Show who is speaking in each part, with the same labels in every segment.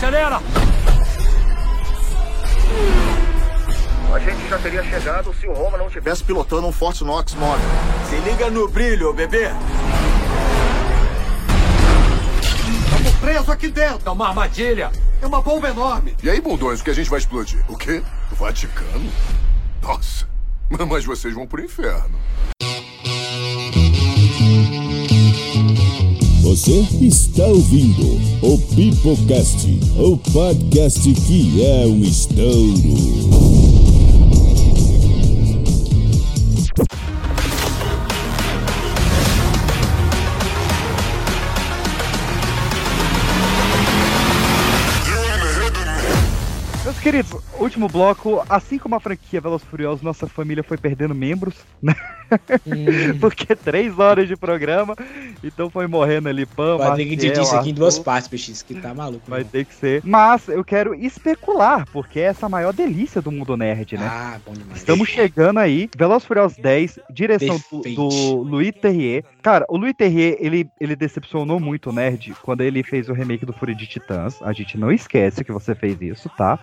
Speaker 1: galera!
Speaker 2: A gente já teria chegado se o Roma não tivesse pilotando um Forte Knox 9.
Speaker 3: Se liga no brilho, bebê!
Speaker 4: Estamos presos aqui dentro!
Speaker 1: É uma armadilha!
Speaker 4: É uma bomba enorme!
Speaker 5: E aí, bundões, o que a gente vai explodir? O quê? O Vaticano? Nossa! Mas vocês vão pro inferno.
Speaker 6: Você está ouvindo o Pipocast, o podcast que é um estouro.
Speaker 7: Meus queridos, último bloco. Assim como a franquia Velos Furiosos, nossa família foi perdendo membros, né? Hum. Porque três horas de programa, então foi morrendo ali, Pam.
Speaker 8: Vai ter que dividir isso aqui em duas partes, Peixes, que tá maluco.
Speaker 7: Vai irmão. ter que ser. Mas eu quero especular, porque é essa a maior delícia do mundo nerd, né?
Speaker 8: Ah, bom demais.
Speaker 7: Estamos chegando aí, Veloz Furiosos 10, direção do, do, Louis Terrier. Cara, o Louis Terrier, ele, ele decepcionou muito o nerd quando ele fez o remake do Fúria de Titãs. A gente não esquece que você fez isso, tá?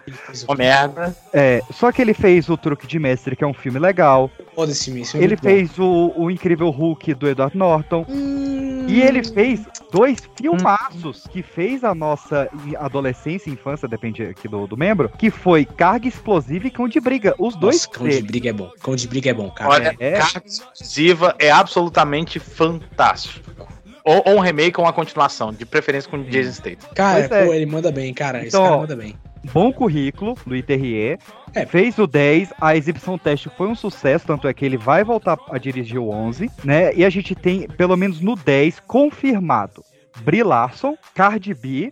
Speaker 8: Uma merda.
Speaker 7: É, só que ele fez o Truque de Mestre, que é um filme legal.
Speaker 8: Foda esse é filme, esse
Speaker 7: filme Ele fez o, o Incrível Hulk do Edward Norton. Hum... E ele fez dois filmaços hum... que fez a nossa adolescência, infância, depende aqui do, do membro, que foi Carga Explosiva e Cão de Briga. Os dois. Nossa,
Speaker 8: Cão de Briga é bom. Cão de Briga é bom, cara. Olha,
Speaker 9: é... Carga Explosiva é absolutamente fantástico ou, ou um remake ou uma continuação, de preferência com o Jason Statham.
Speaker 8: Cara, é. pô, ele manda bem, cara. Então, Esse cara manda bem.
Speaker 7: Bom currículo, Luiz Terrier. É. Fez o 10, a exibição teste foi um sucesso, tanto é que ele vai voltar a dirigir o 11, né? E a gente tem, pelo menos no 10, confirmado Brie Larson, Cardi B,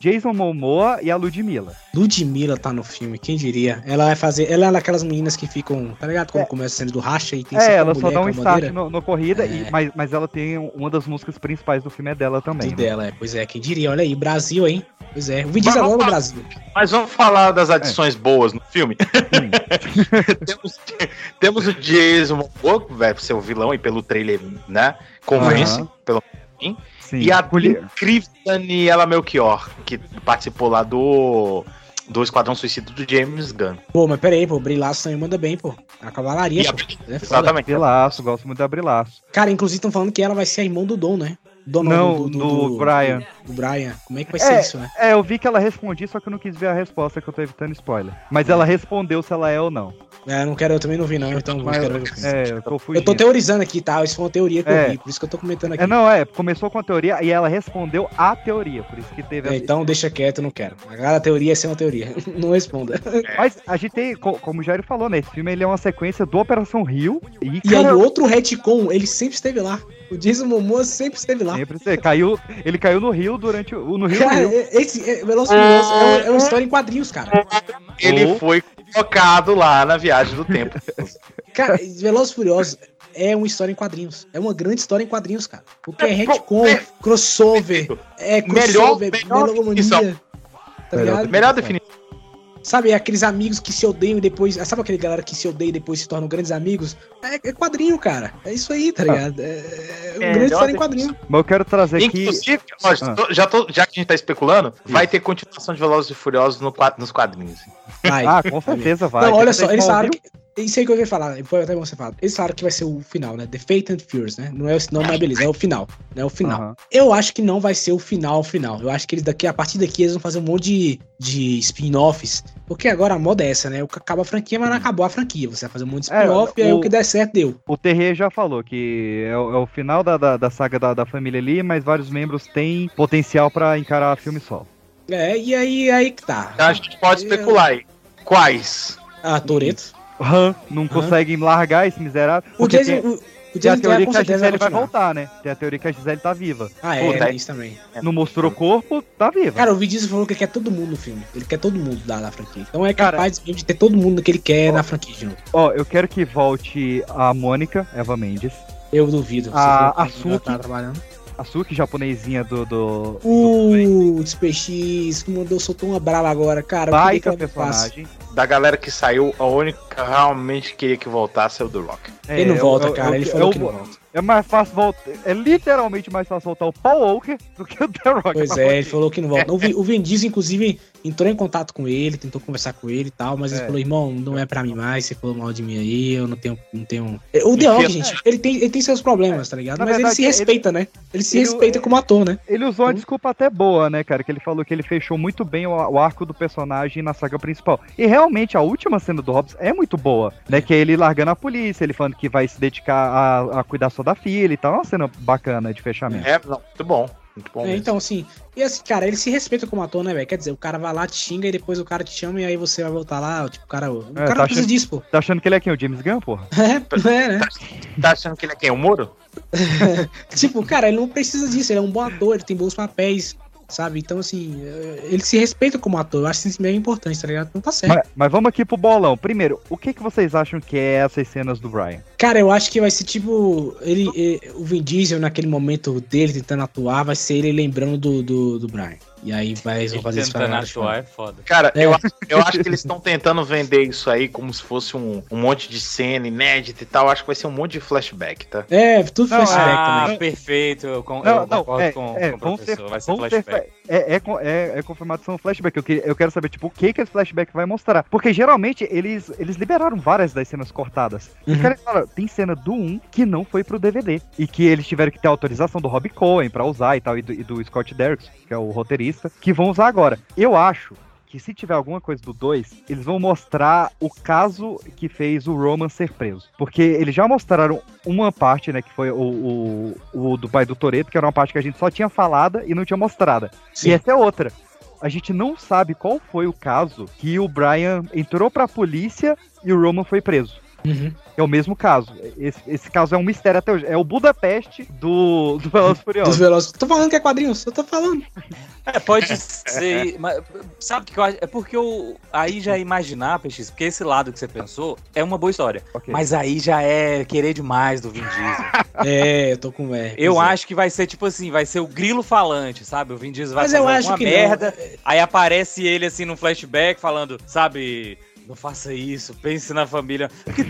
Speaker 7: Jason Momoa e a Ludmilla.
Speaker 8: Ludmilla tá no filme, quem diria? Ela vai fazer. Ela é daquelas meninas que ficam, tá ligado? Quando é. começa a cena do racha e tem
Speaker 7: É, ela só dá um start no, no, corrida, é. e, mas, mas ela tem um, uma das músicas principais do filme é dela também.
Speaker 8: Né? dela, é. Pois é, quem diria? Olha aí, Brasil, hein? Pois é. O vídeo agora no Brasil.
Speaker 9: Mas vamos falar das adições é. boas no filme.
Speaker 7: né?
Speaker 9: temos, temos, o Jason Momoa, velho, por ser o vilão e pelo trailer, né? Convence, uhum. pelo menos. Sim. E a incrível Daniela Melchior, que participou lá do, do Esquadrão Suicida do James Gunn.
Speaker 8: Pô, mas peraí, pô, Brilaço também manda bem, pô. A cavalaria, a... pô.
Speaker 7: É Exatamente. Brilaço, gosto muito da Brilaço.
Speaker 8: Cara, inclusive estão falando que ela vai ser a irmã do Dom, né?
Speaker 7: Dono, não, do, do, do, do, Brian.
Speaker 8: Do Brian. Como é que vai ser
Speaker 7: é,
Speaker 8: isso, né?
Speaker 7: É, eu vi que ela respondia, só que eu não quis ver a resposta, que eu tô evitando spoiler. Mas ela respondeu se ela é ou não.
Speaker 8: É, eu não quero, eu também não vi, não, então
Speaker 7: Mas, eu, é, eu, tô
Speaker 8: eu tô teorizando aqui, tá? Isso foi uma teoria que é. eu vi, por isso que eu tô comentando aqui.
Speaker 7: É, não, é, começou com a teoria e ela respondeu a teoria, por isso que teve.
Speaker 8: É, a... Então deixa quieto, eu não quero. Agora a teoria é ser uma teoria, não responda.
Speaker 7: Mas a gente tem, como o Jair falou, né? Esse filme ele é uma sequência do Operação Rio.
Speaker 8: E, e cara... aí, outro retcon, ele sempre esteve lá. O Jason Momoa sempre esteve lá. Sempre
Speaker 7: esteve. Caiu, ele caiu no Rio durante o. No Rio
Speaker 8: cara,
Speaker 7: no Rio.
Speaker 8: esse é, Veloz Furioso é, é uma história em quadrinhos, cara.
Speaker 9: Ele foi colocado lá na viagem do tempo.
Speaker 8: cara, Velozes Furiosos é uma história em quadrinhos. É uma grande história em quadrinhos, cara. Porque é, é retcon, é, crossover, é crossover,
Speaker 9: melhor, melhor definição. Tá melhor, melhor definição.
Speaker 8: Sabe, aqueles amigos que se odeiam e depois. Sabe aquele galera que se odeia e depois se tornam grandes amigos? É, é quadrinho, cara. É isso aí, tá ligado? É, é um grande história em quadrinho.
Speaker 7: Mas eu quero trazer
Speaker 9: Inclusive, aqui. Inclusive, ah. já, tô, já que a gente tá especulando, isso. vai ter continuação de Velozes e Furiosos no, nos quadrinhos.
Speaker 7: Vai. Ah, com certeza vai.
Speaker 8: né? Não, olha só, eles falaram que. Isso aí que eu ia falar, foi até bom você falar. Eles falaram que vai ser o final, né? The Fate and Furious, né? Não é o nome, mas beleza, é o final. Né? É o final. Uhum. Eu acho que não vai ser o final, o final. Eu acho que eles daqui, a partir daqui, eles vão fazer um monte de, de spin-offs. Porque agora a moda é essa, né? Acaba a franquia,
Speaker 7: Uhum.
Speaker 8: mas não acabou a franquia. Você vai fazer um monte de spin-off é, e aí o que der certo deu.
Speaker 7: O Terrê já falou que é o, é o final da, da, da, saga da, da família ali, mas vários membros têm potencial para encarar filme solo.
Speaker 8: É, e aí, aí que tá.
Speaker 9: Então, A gente pode especular aí. Quais?
Speaker 8: Ah, Toreto.
Speaker 7: Han, não uhum. conseguem largar esse miserável.
Speaker 8: O
Speaker 7: tem,
Speaker 8: Jason, o,
Speaker 7: o tem a teoria que a Gisele vai, vai voltar, né? Tem a teoria que a Gisele tá viva.
Speaker 8: Ah, é, Pô, tá, isso também.
Speaker 7: Não mostrou o corpo, tá viva.
Speaker 8: Cara, o Vin falou que quer todo mundo no filme. Ele quer todo mundo da, da franquia. Então é capaz Cara, de ter todo mundo que ele quer ó, na franquia de novo.
Speaker 7: Ó, eu quero que volte a Mônica, Eva Mendes.
Speaker 8: Eu duvido.
Speaker 7: A, a Suki. Tá trabalhando. A Suki, japonesinha do. do
Speaker 8: uh, Despex, que mandou, soltou uma brava agora, cara.
Speaker 7: Baita que personagem.
Speaker 9: Da galera que saiu, a única que realmente queria que voltasse é o The Rock.
Speaker 8: É, ele não volta, eu, cara. Eu, ele eu, falou que não volta.
Speaker 7: É mais fácil voltar. É literalmente mais fácil voltar o Paul Walker do que o The Rock.
Speaker 8: Pois é, ele falou que não volta. O, Vi- o Vin Diesel, inclusive, entrou em contato com ele, tentou conversar com ele e tal, mas ele
Speaker 7: É.
Speaker 8: falou, irmão, não é pra mim mais, você falou mal de mim aí, eu não tenho. Não tenho... É, O The Rock,
Speaker 9: Enfia-
Speaker 8: gente, ele tem, ele tem seus problemas, tá ligado?
Speaker 7: Na
Speaker 8: mas ele
Speaker 7: verdade,
Speaker 8: se
Speaker 7: ele-
Speaker 8: respeita, né? Ele se
Speaker 7: ele- é
Speaker 8: respeita
Speaker 7: ele-
Speaker 8: como ator, né?
Speaker 7: Ele usou uma desculpa até boa, né, cara? Que ele falou que ele fechou muito bem o, o arco do personagem na saga principal. E realmente a última cena do Hobbs é muito boa, né? Que é ele largando a polícia, ele falando que vai se dedicar a, a cuidar só da filha e tal. É uma cena bacana de fechamento.
Speaker 9: É, não, muito bom. Muito bom.
Speaker 8: É,
Speaker 9: mesmo.
Speaker 8: então, assim, e assim, cara, ele se respeita como ator, né, velho? Quer dizer, o cara vai lá, te xinga e depois o cara te chama e aí você vai voltar lá, tipo, o cara. O
Speaker 7: tá
Speaker 8: cara não precisa
Speaker 7: achando-
Speaker 8: disso, pô.
Speaker 7: Tá achando que ele é quem? O James Gunn, porra?
Speaker 8: É, não é, né?
Speaker 9: Tá achando que ele é quem? O Moro?
Speaker 8: Tipo, cara, ele não precisa disso, ele é um bom ator, ele tem bons papéis, sabe? Então, assim, eh, ele se respeita como ator, eu acho que isso meio importante, tá ligado? Então tá certo.
Speaker 7: Mas, mas vamos aqui pro bolão. Primeiro, o que, que vocês acham que é essas cenas do Brian?
Speaker 8: Cara, eu acho que vai ser tipo. Ele, eh, o Vin Diesel, naquele momento dele tentando atuar, vai ser ele lembrando do, do, do Brian. E aí vai, eles vão
Speaker 1: Ele
Speaker 8: fazer esse
Speaker 1: tentando
Speaker 8: fanart,
Speaker 1: atuar é foda.
Speaker 9: Cara,
Speaker 8: É.
Speaker 9: eu, acho- eu acho que eles estão tentando vender isso aí como se fosse um, um monte de cena inédita e tal. Acho que vai ser um monte de flashback, tá?
Speaker 8: É, tudo
Speaker 7: Não,
Speaker 8: foi
Speaker 1: Ah,
Speaker 8: ah,
Speaker 1: perfeito. Eu, con- eu concordo com, com o
Speaker 7: vamos ter-
Speaker 1: professor. vai é, ser
Speaker 7: vamos ter
Speaker 1: flashback.
Speaker 7: fla- é, é, con- é, é confirmação flashback. Eu, que- eu quero saber, tipo, o que que esse flashback vai mostrar. Porque geralmente eles, eles liberaram várias das cenas cortadas. E os
Speaker 8: Uhum.
Speaker 7: caras falaram, tem cena do 1 que não foi pro DVD. E que eles tiveram que ter autorização do Rob Cohen pra usar e tal, e do, e do Scott Derrickson, que é o roteirista, que vão usar agora. Eu acho que se tiver alguma coisa do 2, eles vão mostrar o caso que fez o Roman ser preso. Porque eles já mostraram uma parte, né, que foi o, o, o do pai do Toreto, que era uma parte que a gente só tinha falada e não tinha mostrada.
Speaker 8: Sim.
Speaker 7: E essa é outra. A gente não sabe qual foi o caso que o Brian entrou pra polícia e o Roman foi preso.
Speaker 8: Uhum.
Speaker 7: É o mesmo caso. Esse, esse caso é um mistério até hoje. É o Budapeste do, do Velozes e
Speaker 8: Dos
Speaker 7: Furiosos.
Speaker 8: Velozes. Tô falando que é quadrinhos, eu tô falando.
Speaker 1: É, pode ser. mas, sabe o que eu acho? É porque eu. Aí já é imaginar, PX, porque esse lado que você pensou é uma boa história.
Speaker 7: Ok.
Speaker 1: Mas aí já é querer demais do Vin Diesel.
Speaker 8: É, eu tô com é,
Speaker 1: Eu
Speaker 8: pois é.
Speaker 1: acho que vai ser tipo assim, vai ser o grilo falante, sabe? O Vin Diesel vai
Speaker 8: Mas
Speaker 1: fazer
Speaker 8: eu acho
Speaker 1: alguma
Speaker 8: que não.
Speaker 1: merda, aí aparece ele assim num flashback falando, sabe, não faça isso, pense na família. Porque,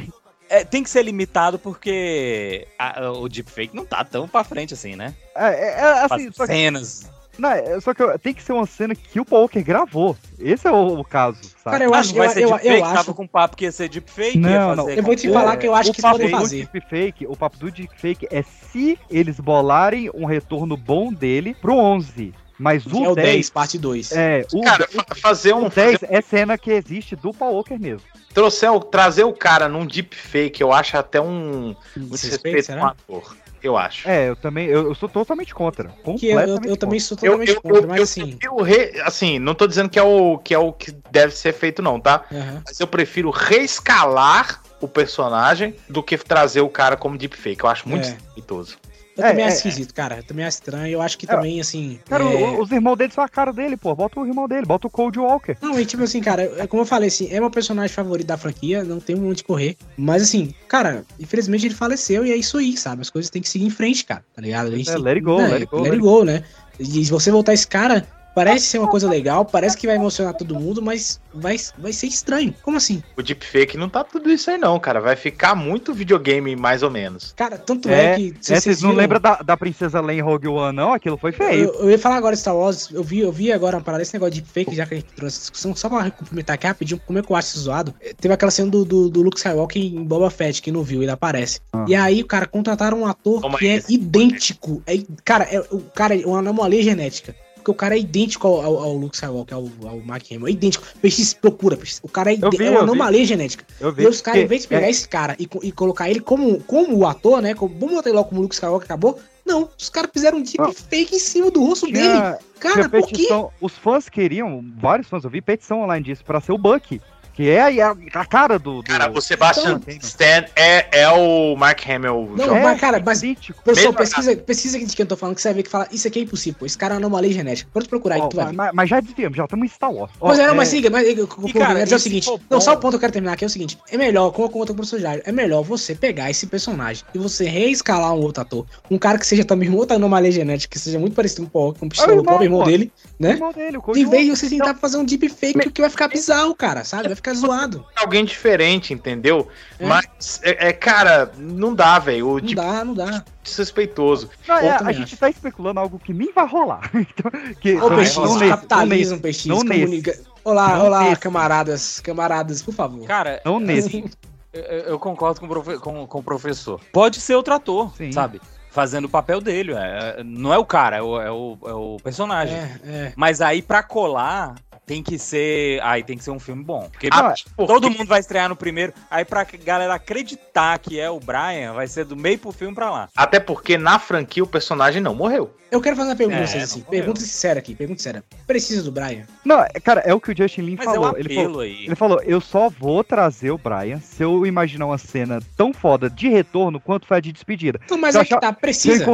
Speaker 1: é, tem que ser limitado porque a- a- o deepfake não tá tão pra frente assim, né?
Speaker 7: É, é- é assim,
Speaker 1: Faz
Speaker 7: só que,
Speaker 1: cenas.
Speaker 7: não, é- só que eu- tem que ser uma cena que o Walker gravou. Esse é o, o caso, sabe?
Speaker 8: Cara, eu
Speaker 1: Ah,
Speaker 8: acho
Speaker 1: não
Speaker 8: que
Speaker 1: vai ser
Speaker 8: eu,
Speaker 1: deepfake,
Speaker 8: eu
Speaker 1: tava
Speaker 8: acho.
Speaker 1: com papo que ia ser deepfake, ia
Speaker 7: Não,
Speaker 1: fazer
Speaker 7: não.
Speaker 8: Eu vou te
Speaker 1: com-
Speaker 8: falar que eu acho que isso é podem
Speaker 7: do
Speaker 8: fazer.
Speaker 7: deepfake, o papo do deepfake é se eles bolarem um retorno bom dele pro 11. Mas
Speaker 8: Que
Speaker 7: o,
Speaker 8: é o
Speaker 7: 10,
Speaker 8: 10, parte 2.
Speaker 7: É, o,
Speaker 9: Cara, fa- fazer um.
Speaker 7: o 10 é cena que existe do Paul Walker mesmo.
Speaker 9: Trouxer, o- trazer o cara num deepfake, eu acho até um um desrespeito
Speaker 8: né?
Speaker 9: com o ator. Eu acho.
Speaker 7: É, eu também, eu, eu sou totalmente contra.
Speaker 8: Que eu, eu- eu
Speaker 7: Completamente
Speaker 8: também sou
Speaker 9: Eu,
Speaker 8: totalmente
Speaker 9: eu,
Speaker 8: contra,
Speaker 9: eu,
Speaker 8: mas
Speaker 9: eu
Speaker 8: assim.
Speaker 9: prefiro re- assim, não tô dizendo que é, o, que é o que deve ser feito, não, tá?
Speaker 8: aham.
Speaker 9: Mas eu prefiro reescalar o personagem do que trazer o cara como deepfake. Eu acho muito
Speaker 8: É.
Speaker 9: desrespeitoso.
Speaker 8: Eu
Speaker 7: É,
Speaker 8: também
Speaker 7: é,
Speaker 8: acho esquisito, cara. Eu também acho estranho. Eu acho que
Speaker 7: É.
Speaker 8: também, assim.
Speaker 7: Cara,
Speaker 8: é-
Speaker 7: o- os irmãos dele são a cara dele, pô. Bota o irmão dele, bota o Cold Walker.
Speaker 8: Não, e tipo assim, cara, é como eu falei, assim, é meu personagem favorito da franquia, não tem um onde correr. Mas assim, cara, infelizmente ele faleceu e é isso aí, sabe? As coisas têm que seguir em frente, cara, tá ligado? A gente
Speaker 7: É,
Speaker 8: tem-
Speaker 7: let it go,
Speaker 8: né,
Speaker 7: let it go, É,
Speaker 8: let
Speaker 7: let
Speaker 8: it go, né? E se você voltar esse cara, parece ser uma coisa legal, parece que vai emocionar todo mundo, mas vai, vai ser estranho. Como assim?
Speaker 9: O deepfake não tá tudo isso aí, não, cara. Vai ficar muito videogame, mais ou menos.
Speaker 8: Cara, tanto é, que. se
Speaker 7: É, vocês não
Speaker 8: viram-
Speaker 7: lembram da, da princesa Len Rogue One, não? Aquilo foi feio.
Speaker 8: Eu, eu ia falar agora de Star Wars, eu vi, eu vi agora uma parada, esse negócio de fake, já que a gente trouxe essa discussão, só pra cumprimentar aqui rapidinho, como é que eu acho isso zoado. Eh, Teve aquela cena do, do, do Luke Skywalker em Boba Fett, quem não viu, ele aparece.
Speaker 7: Ah.
Speaker 8: E aí, o cara, contrataram um ator
Speaker 9: Toma
Speaker 8: que é
Speaker 9: esse.
Speaker 8: idêntico. É, i- cara, é, o cara é uma anomalia genética. Porque o cara é idêntico ao, ao, ao Luke Skywalker, ao, ao Mark Hamill. É idêntico. Peixe, procura, peixe. O cara é, ide-
Speaker 7: vi,
Speaker 8: é uma
Speaker 7: eu vi.
Speaker 8: anomalia genética.
Speaker 7: Eu
Speaker 8: E os caras, em
Speaker 7: porque-
Speaker 8: vez de pegar
Speaker 7: é,
Speaker 8: esse cara e, co- e colocar ele como, como o ator, né? Como, vamos botar ele logo como o Luke Skywalker acabou. Não, os caras fizeram um deep
Speaker 7: Não.
Speaker 8: fake em cima do rosto dele.
Speaker 7: tinha-
Speaker 8: Cara,
Speaker 7: tinha
Speaker 8: por quê?
Speaker 7: petição, os fãs queriam, vários fãs, eu vi petição online disso, pra ser o Bucky. Que é a, a cara do. do-
Speaker 9: Cara, o Sebastian
Speaker 7: Então-
Speaker 9: Stan é, é o Mark Hamill.
Speaker 8: Não,
Speaker 7: é
Speaker 9: jovem.
Speaker 8: mas, cara, mas-
Speaker 7: idêntico.
Speaker 8: Pessoal,
Speaker 9: Mesmo-
Speaker 8: pesquisa, pesquisa de quem eu tô falando, que você vai ver que fala, isso aqui é impossível, pô, esse cara é uma anomalia genética. Pode procurar aí
Speaker 7: Ó,
Speaker 8: que tu vai ver.
Speaker 7: mas, mas já desviamos, já estamos em Star Wars. Ó,
Speaker 8: Pois é, não,
Speaker 7: é,
Speaker 8: mas siga, mas eu, eu, eu,
Speaker 1: E, cara,
Speaker 8: eu ia dizer o
Speaker 1: e se
Speaker 8: seguinte.
Speaker 1: for
Speaker 8: Não,
Speaker 1: bom-
Speaker 8: só o ponto que eu quero terminar aqui é o seguinte. É melhor, como eu conto pro professor Jairo, é melhor você pegar esse personagem e você reescalar um outro ator. Um cara que seja também uma outra anomalia genética, que seja muito parecido com o Paul, com
Speaker 7: É
Speaker 8: o
Speaker 7: o
Speaker 8: Pistola, o
Speaker 7: irmão,
Speaker 8: próprio irmão
Speaker 7: pô.
Speaker 8: dele,
Speaker 7: o
Speaker 8: né?
Speaker 7: irmão dele, o
Speaker 8: Em
Speaker 7: Cold
Speaker 8: um vez de você tentar fazer um deep fake, que vai ficar bizarro, cara, sabe? Vai fica zoado.
Speaker 9: É Alguém diferente, entendeu? É. Mas, é, é, cara, não dá, velho.
Speaker 8: Não tipo, dá, não dá.
Speaker 9: Desrespeitoso.
Speaker 7: Não, é, a gente acho. tá especulando algo que nem vai rolar. então, que,
Speaker 8: Ô, não, peixinho, não, capitalismo, peixinho, comunica... Olá, não olá, nesse. é camaradas, camaradas, por favor.
Speaker 1: Cara,
Speaker 7: não nesse.
Speaker 1: Eu, eu concordo com o, profe com, com o professor. Pode ser outro ator, Sim. sabe? fazendo o papel dele. É, não é o cara, é o, é o, é o
Speaker 8: tá,
Speaker 1: personagem.
Speaker 8: É,
Speaker 1: Mas aí, pra colar, tem que ser. Aí tem que ser um filme bom. Porque
Speaker 7: é,
Speaker 1: ah, todo mundo vai estrear no primeiro. Aí, pra galera acreditar que é o Brian, vai ser do meio pro filme pra lá.
Speaker 9: Até porque na franquia o personagem não morreu.
Speaker 8: Eu quero fazer uma pergunta pra vocês, assim. Pergunta sincera aqui, pergunta sincera. Precisa do Brian?
Speaker 7: Não, cara, é o que o Justin Lin falou. Um ele falou, aí. ele falou: eu só vou trazer o Brian se eu imaginar uma cena tão foda de retorno quanto foi a de despedida.
Speaker 8: Não, mas
Speaker 7: eu
Speaker 8: é achar... que tá, precisa.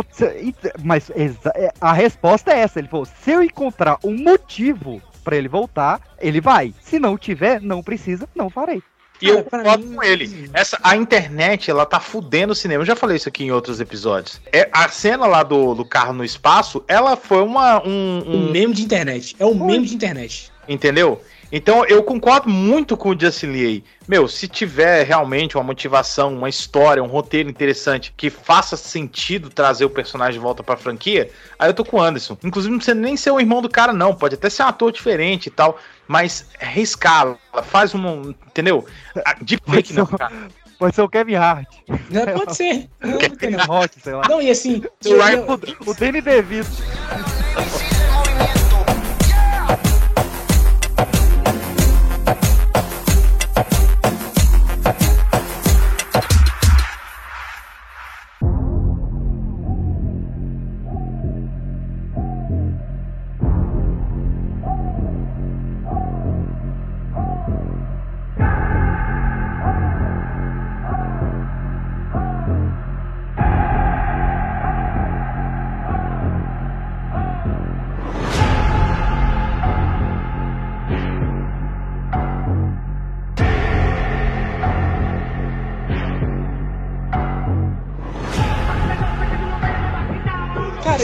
Speaker 7: Mas a resposta é essa. Ele falou: se eu encontrar um motivo para ele voltar, ele vai. Se não tiver, não precisa, não farei.
Speaker 9: E eu concordo mim... com ele. Essa, a internet, ela tá fudendo o cinema. Eu já falei isso aqui em outros episódios. É, a cena lá do, do carro no espaço, ela foi uma. Um,
Speaker 8: um... um meme de internet. É um foi. meme de internet.
Speaker 9: Entendeu? Então eu concordo muito com o Justin Lee. Meu, se tiver realmente uma motivação, uma história, um roteiro interessante que faça sentido trazer o personagem de volta pra franquia, aí eu tô com o Anderson. Inclusive, não precisa nem ser o irmão do cara, não. Pode até ser um ator diferente e tal. Mas rescala, faz um. Entendeu? Ah, De fake não, cara.
Speaker 7: Pode ser o Kevin Hart.
Speaker 8: Não, pode ser. Não,
Speaker 7: Kevin Hart, sei lá.
Speaker 8: Não, e assim.
Speaker 7: Eu, eu... O, o Danny DeVito.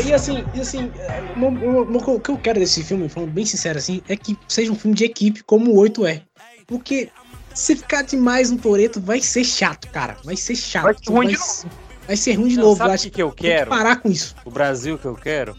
Speaker 8: e assim, e assim uma, uma, uma, o que eu quero desse filme, falando bem sincero assim, é que seja um filme de equipe, como o 8 é. Porque se ficar demais no Toreto, vai ser chato, cara. Vai ser chato.
Speaker 9: Vai ser ruim vai, de novo.
Speaker 8: Vai ser ruim de Não, novo.
Speaker 1: Sabe acho que eu quero?
Speaker 8: parar com isso.
Speaker 1: O Brasil que eu quero?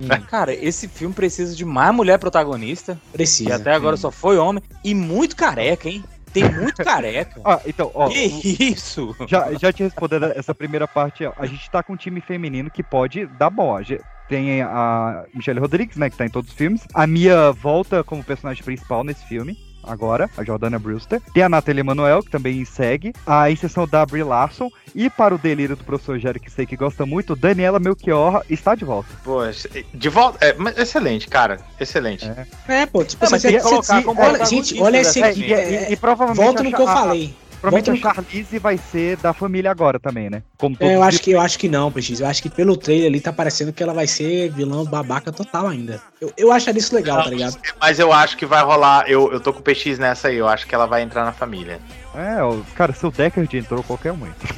Speaker 1: Hum. Cara, esse filme precisa de mais mulher protagonista.
Speaker 8: Precisa.
Speaker 1: Que até agora hum. só foi homem. E muito careca, hein? Tem muito careca.
Speaker 7: Ah, então, ó,
Speaker 1: que isso?
Speaker 7: Já, já te respondendo essa primeira parte, ó, a gente tá com um time feminino que pode dar bom. A gente tem a Michelle Rodrigues, né, que tá em todos os filmes. A Mia volta como personagem principal nesse filme. Agora, a Jordana Brewster. Tem a Nathalie Manuel, que também segue. A inserção da Brie Larson. E para o delírio do professor Jerry, que sei que gosta muito, Daniela Melchior está de volta.
Speaker 9: Pô, de volta. É, mas excelente, cara. Excelente.
Speaker 8: É, é pô, tipo, não, você,
Speaker 1: colocar se, como
Speaker 8: olha, gente, olha esse aqui.
Speaker 7: E, é, e, e provavelmente.
Speaker 8: Volta no que eu falei.
Speaker 7: Provavelmente a Charlize vai ser da família agora também, né?
Speaker 8: Como é, eu, acho que, eu acho que não, Peixes. Eu acho que pelo trailer ali tá parecendo que ela vai ser vilã babaca total ainda. Eu, eu acharia isso legal, não, tá ligado?
Speaker 9: Mas eu acho que vai rolar. Eu, eu tô com o Peixes nessa aí. Eu acho que ela vai entrar na família.
Speaker 7: É, o, cara, se o Deckard entrou, qualquer um entra.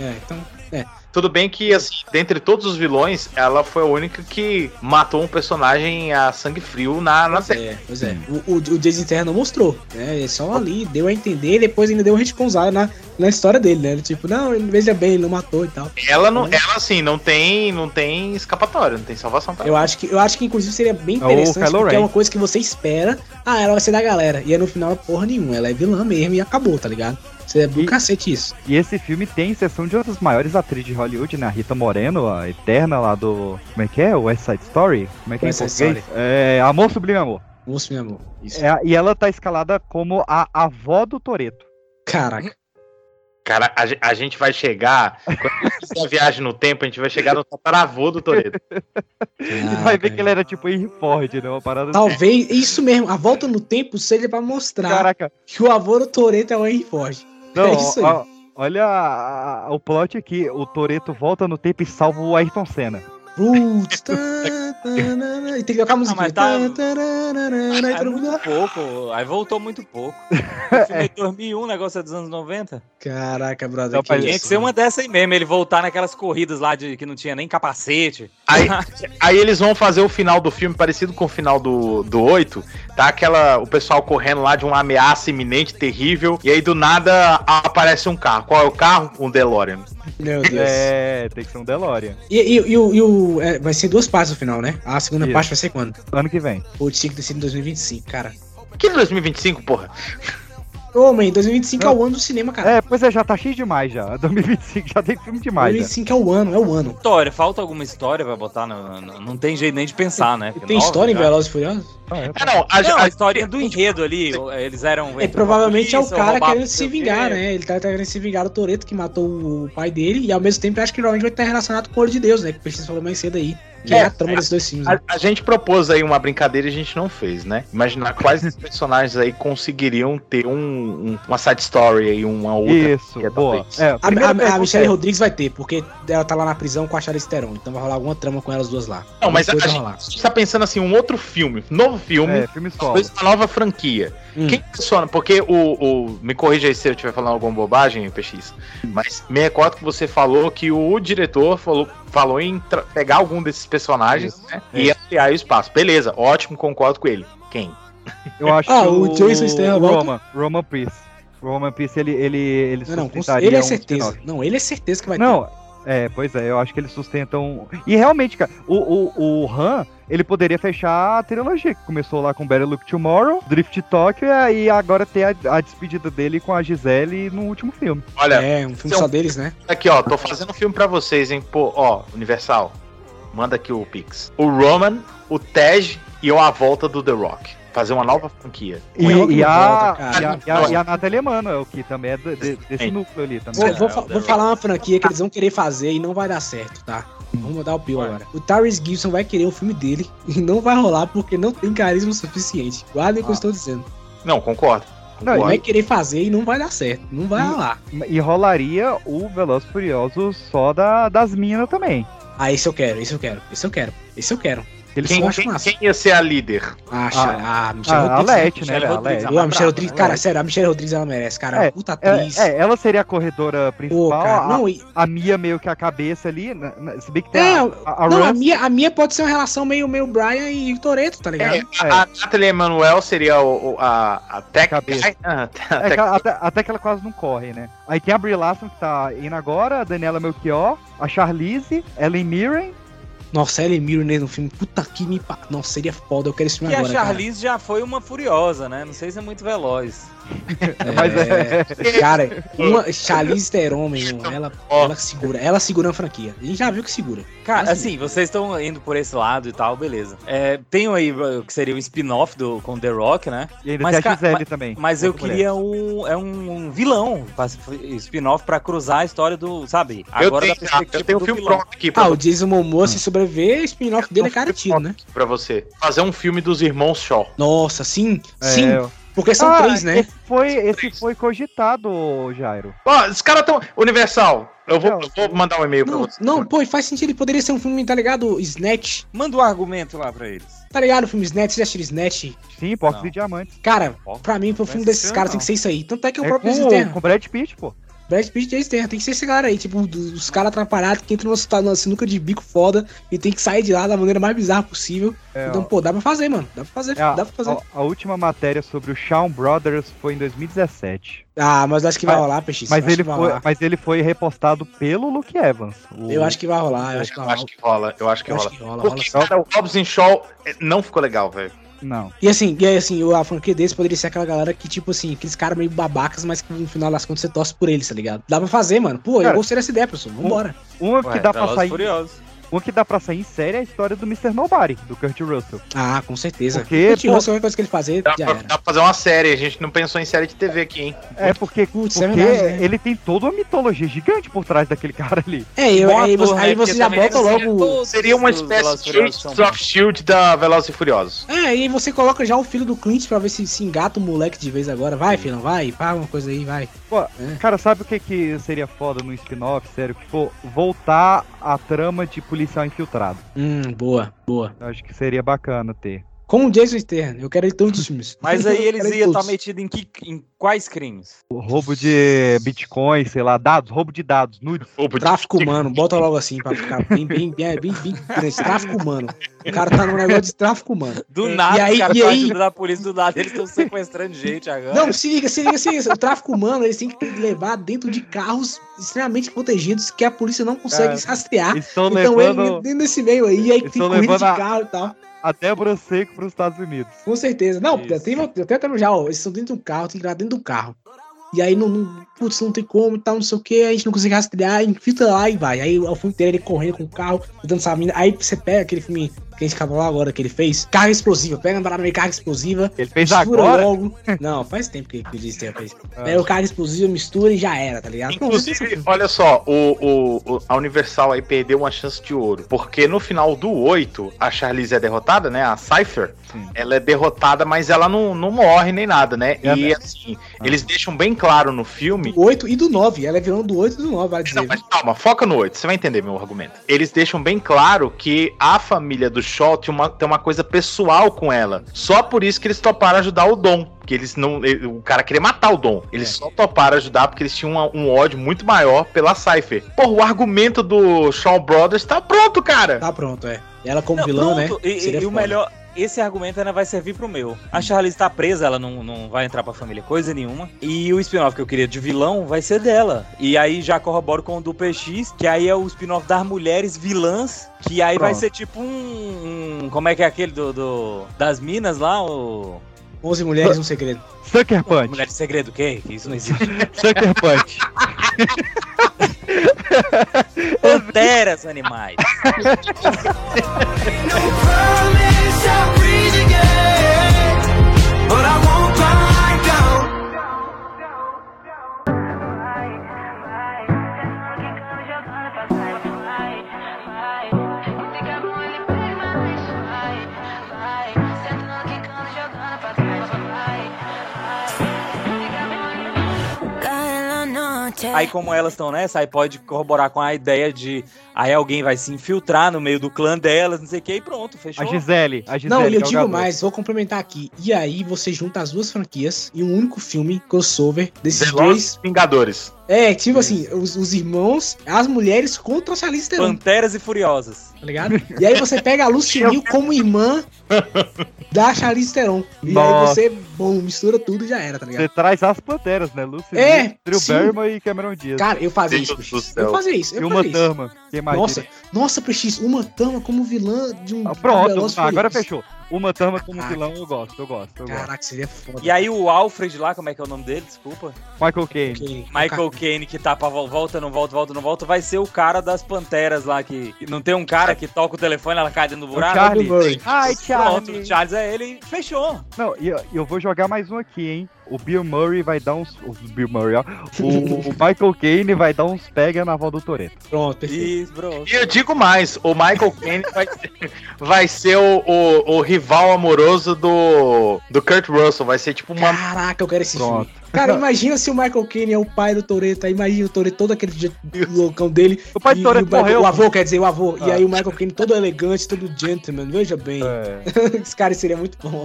Speaker 8: É, então. É.
Speaker 9: Tudo bem que, assim, dentre todos os vilões, ela foi a única que matou um personagem a sangue frio na, na
Speaker 8: pois É, pois é. O, o, o Desinterno mostrou, né? Só ali, deu a entender, depois ainda deu um retconzado na, na história dele, né? Tipo, não, ele veja bem, ele não matou e tal.
Speaker 9: Ela,
Speaker 8: é.
Speaker 9: não, ela assim, não tem, não tem escapatória, não tem salvação tá? pra
Speaker 8: eu acho que Eu acho que, inclusive, seria bem interessante, oh, porque é uma coisa que você espera, ah, ela vai ser da galera. E aí, no final, porra nenhuma, ela é vilã mesmo e acabou, tá ligado? Você é do e, cacete isso.
Speaker 7: E esse filme tem inserção de outras maiores atrizes de Hollywood, né? A Rita Moreno, a Eterna lá do. Como é que é? West Side Story? Como é que West é em português? É, Amor Sublime Amor.
Speaker 8: Amor Sublime Amor. Isso.
Speaker 7: É, e ela tá escalada como a avó do Toreto.
Speaker 8: Caraca.
Speaker 9: Cara, a, a, gente vai chegar. Quando fizer a viagem no tempo, a gente vai chegar no tataravô do Toreto.
Speaker 7: Ah, vai ver cara. que ele era tipo Henry Ford, né? Uma parada
Speaker 8: Talvez, assim. isso mesmo, a volta no tempo seja pra mostrar Caraca. que o avô do Toreto é o Henry Ford.
Speaker 7: Não, é isso aí. Ó, olha a, a, o plot aqui. O Toreto volta no tempo e salva o Ayrton Senna.
Speaker 8: Putz, tá, Tanana, e tem que tocar a musiquinha.
Speaker 1: mas tá-
Speaker 8: Tanana, e
Speaker 1: É
Speaker 8: todo mundo-
Speaker 1: muito pouco, aí voltou muito pouco. O filme é de 2001, o negócio é dos anos 90.
Speaker 8: Caraca, brother.
Speaker 7: Então,
Speaker 8: que
Speaker 7: faz-
Speaker 1: Tinha que
Speaker 8: isso, né?
Speaker 1: ser
Speaker 8: mano.
Speaker 1: uma dessa aí mesmo, ele voltar naquelas corridas lá de que não tinha nem capacete.
Speaker 9: Aí, aí eles vão fazer o final do filme parecido com o final do, do 8. Tá aquela. O pessoal correndo lá de uma ameaça iminente, terrível. E aí do nada aparece um carro. Qual é o carro? Um DeLorean.
Speaker 8: Meu Deus.
Speaker 7: É, tem que ser um DeLorean.
Speaker 8: E, e- e o- e o- é, vai ser duas partes no final, né? A segunda
Speaker 7: Isso.
Speaker 8: parte vai ser quando?
Speaker 7: Ano que vem.
Speaker 8: Ou tinha que ter sido em 2025, cara.
Speaker 9: Que é 2025, porra?
Speaker 8: Ô, mãe, 2025 é o ano do cinema, cara.
Speaker 7: É, pois é, já tá cheio demais já. 2025 já tem filme demais. né?
Speaker 8: 2025 é o ano, é o ano.
Speaker 1: História, falta alguma história pra botar no, no- Não tem jeito nem de pensar, né?
Speaker 8: Tem história em
Speaker 1: velho.
Speaker 8: Velozes e Furiosos?
Speaker 7: né? Então, tá
Speaker 9: É, não, a,
Speaker 1: Não,
Speaker 9: a-
Speaker 1: a historinha do enredo ali, eles eram.
Speaker 8: É,
Speaker 1: entraram
Speaker 8: provavelmente
Speaker 1: na
Speaker 8: é o
Speaker 1: polícia,
Speaker 8: cara
Speaker 1: roubaram
Speaker 8: querendo
Speaker 1: não
Speaker 8: se
Speaker 1: sei o quê.
Speaker 8: vingar, né? Ele tá, tá querendo se vingar do Toreto que matou o pai dele e ao mesmo tempo eu acho que provavelmente vai estar relacionado com o Olho de Deus, né? Que o Peixinho falou mais cedo aí. Que é,
Speaker 9: É,
Speaker 8: a trama desses dois filmes, né?
Speaker 9: a- a gente propôs aí uma brincadeira e a gente não fez, né? Imaginar quais esses personagens aí conseguiriam ter um, um- uma side story aí, uma outra.
Speaker 7: Isso,
Speaker 9: que é
Speaker 7: boa.
Speaker 9: talvez.
Speaker 7: É,
Speaker 8: A,
Speaker 7: primeira
Speaker 8: a- a
Speaker 7: pergunta
Speaker 8: Michelle
Speaker 7: é-
Speaker 8: Rodrigues vai ter, porque ela tá lá na prisão com a Charlize Theron, então vai rolar alguma trama com elas duas lá.
Speaker 9: Não, mas a,
Speaker 8: Alguma coisa
Speaker 9: a gente,
Speaker 8: vai
Speaker 9: a
Speaker 8: rolar.
Speaker 9: gente tá pensando assim, um outro filme, novo filme,
Speaker 7: É, filme solo.
Speaker 9: talvez uma nova franquia.
Speaker 8: Hum.
Speaker 9: Quem funciona? Porque o, o- Me corrija aí se eu estiver falando alguma bobagem, PX. Mas me recordo que você falou que o diretor falou, falou em tra- pegar algum desses personagens né, e ampliar o espaço. Beleza, ótimo, concordo com ele. Quem?
Speaker 7: Eu acho
Speaker 8: Ah,
Speaker 7: que
Speaker 8: o Jason Statham volta?
Speaker 7: Roma, Roman Pierce. Roman Pierce, ele, ele, ele
Speaker 8: Não, não, com-
Speaker 7: sustentaria
Speaker 8: ele é
Speaker 7: um
Speaker 8: certeza.
Speaker 7: spin-off.
Speaker 8: Não, ele é certeza que vai ter.
Speaker 7: Não, é, pois é, eu acho que eles sustentam... um- E realmente, cara, o, o, o Han, ele poderia fechar a trilogia, que começou lá com Better Look Tomorrow, Drift Tokyo, e aí agora ter a, a despedida dele com a Gisele no último filme.
Speaker 9: Olha,
Speaker 8: É, um filme
Speaker 9: São-
Speaker 8: só deles, né?
Speaker 9: aqui ó, tô fazendo um filme pra vocês, hein? Pô, ó, Universal, manda aqui o Pix. O Roman, o Tej e eu a volta do The Rock. Fazer uma nova franquia.
Speaker 7: E,
Speaker 8: Mas
Speaker 7: e
Speaker 8: não
Speaker 7: a,
Speaker 8: volta, cara,
Speaker 7: e, a,
Speaker 8: não
Speaker 7: e, a,
Speaker 9: volta.
Speaker 7: e a Nathalie Emanuel, que também é de- de- desse
Speaker 9: Sim.
Speaker 7: núcleo ali também.
Speaker 8: Vou, vou fa-
Speaker 1: o The
Speaker 8: vou falar uma franquia que eles vão querer fazer e não vai dar certo, tá? Vamos mudar o pio agora. O Tyrese Gibson vai querer o filme dele e não vai rolar porque não tem carisma suficiente. Guardem o que eu estou dizendo.
Speaker 9: Não, concordo.
Speaker 7: Não,
Speaker 8: Ele
Speaker 9: concordo.
Speaker 8: vai querer fazer e não vai dar certo. Não vai
Speaker 7: Hum.
Speaker 8: rolar.
Speaker 7: E rolaria o Veloz Furioso só da, das minas também.
Speaker 8: Ah, esse eu quero, esse eu quero, esse eu quero, esse eu quero. Eles
Speaker 9: Quem,
Speaker 8: só acham
Speaker 9: quem-
Speaker 8: massa.
Speaker 9: quem ia ser a líder?
Speaker 8: Ah, ah, a Michelle
Speaker 7: Ah, a
Speaker 8: Rodrigues.
Speaker 7: Leti, né?
Speaker 1: Michelle
Speaker 7: velho? A
Speaker 1: Rodrigues,
Speaker 7: Leti.
Speaker 8: Eu,
Speaker 9: Tá
Speaker 8: a Michelle
Speaker 9: né?
Speaker 8: Rodrigues, cara,
Speaker 7: Leti.
Speaker 8: sério, a Michelle Rodrigues ela merece, cara.
Speaker 7: É,
Speaker 8: puta atriz.
Speaker 7: É, é, ela seria a corredora principal,
Speaker 8: Pô, cara.
Speaker 7: a-
Speaker 8: Não, e,
Speaker 7: a, Mia meio que a cabeça ali, né, né, se bem que tem
Speaker 8: é,
Speaker 7: a, a, a
Speaker 8: não, a
Speaker 7: Rose,
Speaker 8: minha, a minha pode ser uma relação meio, meio Brian e Toreto, tá ligado?
Speaker 9: É, a a Natalie Emanuel seria o, o- a, a Tech
Speaker 7: Cabeça.
Speaker 9: Guy? Ah, te-
Speaker 7: é
Speaker 9: tech-
Speaker 7: que ela- até, até que ela quase não corre, né? Aí tem a Brie Larson que tá indo agora, a Daniela Melchior, a Charlize, Ellen Mirren,
Speaker 8: Nossa, Ellen Mirren no filme, puta que me pa... Nossa, seria foda, eu quero esse filme
Speaker 1: E É a
Speaker 8: agora,
Speaker 1: Charlize já foi uma furiosa, né? Não sei se é muito veloz.
Speaker 8: cara.
Speaker 7: mas é,
Speaker 8: Cara, uma Charlize Theron, meu irmão, ela,
Speaker 9: Ó.
Speaker 8: ela segura, ela segura a franquia. A gente já viu que segura.
Speaker 1: Cara,
Speaker 8: Assim.
Speaker 1: assim, vocês estão indo por esse lado e tal, beleza. É, tem aí uh, que seria o spin-off do, com The Rock, né?
Speaker 7: e ainda
Speaker 1: Mas,
Speaker 7: tem a
Speaker 1: cara,
Speaker 7: Gisele
Speaker 1: mas-
Speaker 7: também.
Speaker 1: Mas eu
Speaker 7: outra mulher.
Speaker 1: queria um, é um, um vilão, pra- spin-off pra cruzar a história do, sabe?
Speaker 9: eu, tenho, já, eu tenho
Speaker 1: é
Speaker 9: um
Speaker 1: do
Speaker 9: filme
Speaker 1: vilão.
Speaker 9: pronto aqui pra,
Speaker 8: Ah, o Jason Momoa,
Speaker 9: Hum.
Speaker 8: se sobreviver, o spin-off dele é garantido, né?
Speaker 9: pra você. Fazer um filme dos irmãos Shaw.
Speaker 8: Nossa, sim,
Speaker 7: É,
Speaker 8: sim.
Speaker 7: eu-
Speaker 8: Porque são
Speaker 7: Ah,
Speaker 8: três,
Speaker 9: é
Speaker 8: né?
Speaker 7: Esse foi, esse
Speaker 9: três.
Speaker 7: foi cogitado, Jairo.
Speaker 9: Ó, os caras tão. Universal, eu vou,
Speaker 7: Não,
Speaker 9: eu vou mandar um e-mail pra
Speaker 8: Não,
Speaker 9: você.
Speaker 8: não, pô, e faz sentido, ele poderia ser um filme, tá ligado? Snatch.
Speaker 1: Manda um argumento lá pra eles.
Speaker 8: Tá ligado o filme Snatch? Você já assistiu Snatch?
Speaker 7: Sim, Porcos
Speaker 1: Não.
Speaker 7: e Diamantes.
Speaker 8: Cara,
Speaker 1: Ó,
Speaker 8: pra mim, pro
Speaker 1: vai
Speaker 8: filme desses
Speaker 1: ser
Speaker 8: caras
Speaker 1: não.
Speaker 8: tem que ser isso aí. Tanto é que o
Speaker 7: É
Speaker 8: próprio Jason
Speaker 7: com,
Speaker 8: Statham.
Speaker 7: com Brad Pitt, pô.
Speaker 8: Brad Pitt e Jason Statham. Tem que ser esse galera aí, tipo, do- os caras atrapalhados que entram numa, numa sinuca de bico foda e tem que sair de lá da maneira mais bizarra possível.
Speaker 7: É,
Speaker 8: então,
Speaker 7: ó.
Speaker 8: pô, dá pra fazer, mano. Dá pra fazer,
Speaker 7: É, a,
Speaker 8: dá pra fazer.
Speaker 7: a- a última matéria sobre o Shawn Brothers foi em 2017.
Speaker 8: Ah, mas eu acho que vai
Speaker 7: Mas-
Speaker 8: rolar, Peixe.
Speaker 7: Mas ele,
Speaker 8: vai
Speaker 7: foi,
Speaker 8: rolar.
Speaker 7: mas ele foi repostado pelo Luke Evans. O-
Speaker 8: Eu acho que vai rolar, eu acho que
Speaker 9: Eu
Speaker 8: vai rolar.
Speaker 9: acho que rola, eu acho que
Speaker 8: Eu acho
Speaker 9: rola.
Speaker 8: que rola, rola.
Speaker 9: Porque cara, o Robson Shaw eh, não ficou legal, velho.
Speaker 7: Não.
Speaker 8: E assim, e aí, assim, o- a franquia desse poderia ser aquela galera que, tipo assim, aqueles caras meio babacas, mas que no final das contas você torce por eles, tá ligado? Dá pra fazer, mano. Pô, eu
Speaker 7: Cara,
Speaker 8: gostei dessa ideia, pessoal. Vambora.
Speaker 7: Uma que,
Speaker 9: Ué,
Speaker 7: dá pra
Speaker 1: Velozes e
Speaker 7: sair,
Speaker 1: Furiosos.
Speaker 7: uma que dá pra sair em série é a história do Mr. Nobody, do Kurt Russell.
Speaker 8: Ah, com certeza.
Speaker 7: Porque,
Speaker 8: Kurt
Speaker 7: pô-
Speaker 8: Russell, qualquer coisa que ele fazer,
Speaker 9: Dá
Speaker 8: já
Speaker 9: pra,
Speaker 8: era.
Speaker 9: dá pra fazer uma série, a gente não pensou em série de TV aqui, hein?
Speaker 7: É porque,
Speaker 8: Putz, é
Speaker 7: porque
Speaker 8: verdade, né?
Speaker 7: ele tem toda uma mitologia gigante por trás daquele cara ali.
Speaker 8: É, eu,
Speaker 1: Bom
Speaker 8: aí,
Speaker 1: ator,
Speaker 8: você,
Speaker 1: né?
Speaker 8: aí
Speaker 1: Porque
Speaker 8: você já
Speaker 1: também
Speaker 8: bota
Speaker 1: seria
Speaker 8: logo.
Speaker 1: todos
Speaker 9: Seria uma
Speaker 1: os
Speaker 9: espécie
Speaker 1: Velozes e
Speaker 9: de
Speaker 1: Furiosos são
Speaker 9: Agents of Shield da Velozes e Furiosos.
Speaker 8: É, e você coloca já o filho do Clint pra ver se se engata o moleque de vez agora. Vai, filhão, vai, pá, uma coisa aí, vai.
Speaker 7: Pô,
Speaker 8: É.
Speaker 7: cara, sabe o que, que seria foda no spin-off, sério? Que for voltar Tipo, a trama de Poli- policial infiltrado.
Speaker 8: Hum, boa, boa.
Speaker 7: Eu acho que seria bacana ter.
Speaker 8: Como o Jason Stern, eu quero ele todos os filmes.
Speaker 1: Mas aí eles iam estar tá metidos em, que, em quais crimes?
Speaker 7: O roubo de bitcoins, sei lá, dados, roubo de dados, nude.
Speaker 8: Tráfico humano, bota logo assim pra ficar bem, bem, bem, bem, bem grande. Tráfico humano. O cara tá num negócio de tráfico humano.
Speaker 1: Do
Speaker 8: É,
Speaker 1: nada,
Speaker 8: e aí,
Speaker 1: o cara
Speaker 8: e
Speaker 1: tá
Speaker 8: aí-
Speaker 1: ajudando a polícia, do nada eles estão sequestrando gente agora.
Speaker 8: Não, se liga, se liga, se liga. O tráfico humano, eles têm que levar dentro de carros extremamente protegidos que a polícia não consegue
Speaker 7: Cara,
Speaker 8: rastrear.
Speaker 7: Estão
Speaker 8: então ele
Speaker 7: levando
Speaker 8: dentro desse meio aí, e aí
Speaker 7: Eles
Speaker 8: tem
Speaker 7: tão
Speaker 8: corrida de
Speaker 7: levando a-
Speaker 8: carro e tal.
Speaker 7: a Débora Seco para os Estados Unidos.
Speaker 8: Com certeza. Não,
Speaker 1: Isso.
Speaker 8: tem, eu até tava já, ó, eles estão dentro de um carro, tem que ir lá dentro do carro. E aí, não, não, putz, não tem como e tal, não sei o que, a gente não consegue rastrear, a gente filtra lá e vai. Aí o filme inteiro ele correndo com o carro, dando essa mina. Aí você pega aquele filme que a gente acabou lá agora que ele fez, carga explosiva, pega uma parada meio carga explosiva,
Speaker 7: Ele fez
Speaker 8: mistura
Speaker 7: agora? Ah.
Speaker 8: logo. Não, faz tempo que ele disse que fez. Pega o carga explosiva, mistura e já era, tá ligado? Não,
Speaker 9: Inclusive, olha só, o, o- o- a Universal aí perdeu uma chance de ouro. Porque no final do 8, a Charlize é derrotada, né? A Cypher. Ela é derrotada, mas ela não, não morre nem nada, né?
Speaker 7: É,
Speaker 9: e
Speaker 7: né?
Speaker 9: assim, eles deixam bem claro no filme.
Speaker 8: do 8 e do 9, ela é vilã do 8 e do 9, vai dizer.
Speaker 9: Não, mas calma, foca no 8, você vai entender meu argumento. Eles deixam bem claro que a família do Shaw tem uma, tem uma coisa pessoal com ela. Só por isso que eles toparam ajudar o Dom. Que eles não. ele- o cara queria matar o Dom. Eles só toparam ajudar porque eles tinham uma- um ódio muito maior pela Cypher. Porra, o argumento do Shaw Brothers tá pronto, cara.
Speaker 8: Tá pronto, é. Ela como
Speaker 1: Não,
Speaker 8: vilã,
Speaker 1: pronto,
Speaker 8: né?
Speaker 1: E,
Speaker 8: seria
Speaker 1: e o
Speaker 8: foda.
Speaker 1: melhor, esse argumento ainda vai servir pro meu. A Charlize tá presa, ela não, não vai entrar pra família coisa nenhuma. E o spin-off que eu queria de vilão vai ser dela. E aí já corroboro com o do PX, que aí é o spin-off das mulheres vilãs, que aí vai
Speaker 7: Pronto.
Speaker 1: ser tipo um, um- Como é que é aquele do, do- das minas lá? O.
Speaker 8: 11 mulheres, um segredo.
Speaker 7: Sucker Punch,
Speaker 1: Mulher de segredo, o quê? Que isso não existe.
Speaker 7: Sucker Punch.
Speaker 1: Panteras animais. Aí, como elas estão nessa, aí pode corroborar com a ideia de. Aí alguém vai se infiltrar no meio do clã delas, não sei o que, e pronto, fechou.
Speaker 7: A Gisele, a Gisele.
Speaker 8: Não, eu digo
Speaker 7: jogadora.
Speaker 8: mais, vou complementar aqui. E aí você junta as duas franquias em um único filme crossover desses
Speaker 9: Velozes
Speaker 8: dois.
Speaker 9: Vingadores.
Speaker 8: É, tipo assim, os, os irmãos, as mulheres contra a Charlize Theron,
Speaker 1: Panteras e Furiosas.
Speaker 8: tá ligado? E aí você pega a Lucy Liu como irmã da Charlize Theron. E
Speaker 7: Nossa.
Speaker 8: aí você, bom, mistura tudo e já era, tá ligado?
Speaker 7: Você traz as panteras, né? Lucy,
Speaker 8: É,
Speaker 7: Liu, Drew
Speaker 8: sim.
Speaker 7: Barrymore e Cameron Diaz.
Speaker 8: Cara, eu fazia
Speaker 9: Deus
Speaker 8: isso,
Speaker 9: do
Speaker 8: bicho.
Speaker 9: céu.
Speaker 8: Eu fazia isso,
Speaker 7: E
Speaker 8: eu
Speaker 7: uma
Speaker 8: fazia isso.
Speaker 7: Thurman. Quem mais?
Speaker 8: Nossa, nossa, PX, uma Tama como vilã de um.
Speaker 7: Ah, Pronto,
Speaker 8: Velozes
Speaker 7: ah, agora
Speaker 8: Furiosos.
Speaker 7: fechou. Uma Thurman como
Speaker 8: Caraca.
Speaker 7: vilão, eu gosto, eu gosto, eu gosto.
Speaker 8: Caraca, seria foda.
Speaker 1: E aí o Alfred lá, como é que é o nome dele? Desculpa.
Speaker 7: Michael Caine.
Speaker 8: Ok,
Speaker 1: Michael Caine, que tá pra vol- volta, não volta, volta, não volta, vai ser o cara das Panteras lá, que que não tem um cara que toca o telefone, ela cai dentro do
Speaker 7: O
Speaker 1: buraco.
Speaker 7: Charlie.
Speaker 8: Murray.
Speaker 7: Ai,
Speaker 1: Pronto, o
Speaker 7: Charlie.
Speaker 1: Charles é ele e fechou.
Speaker 7: Não, e eu, eu vou jogar mais um aqui, hein? O Bill Murray vai dar uns. O Bill Murray, ó. O, o Michael Caine vai dar uns pega na Val do Toreto.
Speaker 8: Pronto, perfeito.
Speaker 1: E, bro.
Speaker 9: E eu digo mais, o Michael Caine vai, ser- vai ser o, o- o rival amoroso do, do Kurt Russell. Vai ser tipo uma
Speaker 8: Caraca, eu quero esse
Speaker 7: Pronto.
Speaker 8: filme. Cara, imagina se o Michael Caine é o pai do Toreto, aí imagina o Toreto todo aquele jeito loucão dele.
Speaker 7: O pai
Speaker 8: e-
Speaker 7: do
Speaker 8: e
Speaker 7: Toreto
Speaker 8: o, Michael-
Speaker 7: morreu. Ah.
Speaker 8: O avô, quer dizer, o avô. E aí o Michael Caine todo elegante, todo gentleman, veja bem.
Speaker 7: É.
Speaker 8: Esse cara seria muito bom.